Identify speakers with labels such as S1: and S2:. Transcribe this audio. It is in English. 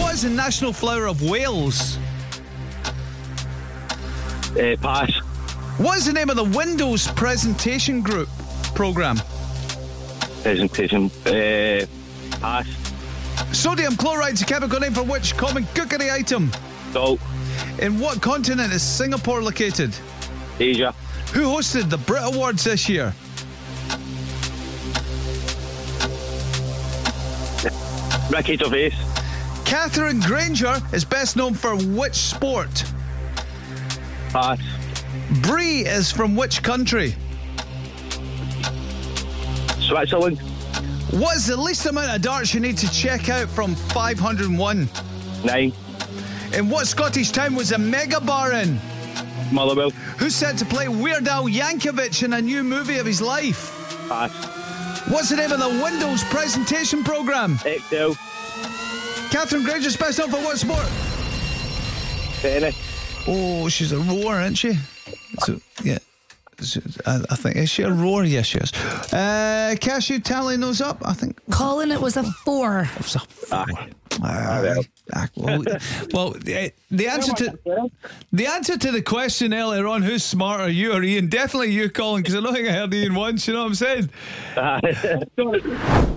S1: What is the national flower of Wales?
S2: Uh, pass.
S1: What is the name of the Windows presentation group program?
S2: Presentation. Uh, pass.
S1: Sodium chloride's a chemical name for which common cookery item?
S2: Salt.
S1: In what continent is Singapore located?
S2: Asia.
S1: Who hosted the Brit Awards this year?
S2: Ricky Gervais.
S1: Catherine Granger is best known for which sport?
S2: Pass.
S1: Brie is from which country?
S2: Switzerland.
S1: What is the least amount of darts you need to check out from 501?
S2: Nine.
S1: In what Scottish town was a mega bar in?
S2: Motherwell.
S1: Who's set to play Weird Al Yankovic in a new movie of his life?
S2: Pass.
S1: What's the name of the Windows presentation program?
S2: Excel.
S1: Catherine Granger's best known for what sport?
S2: Tennis.
S1: Oh, she's a roar, isn't she? So, yeah. So, I, I think is she a roar? Yes, she is. Uh, Cashew tally those up. I think
S3: Colin, it was a four.
S1: it was a four. Aye. Aye. ah, well, well, eh, the answer to the answer to the question earlier on, who's smarter, you or Ian? Definitely you, Colin, because I don't think I heard Ian once. You know what I'm saying?
S2: Aye.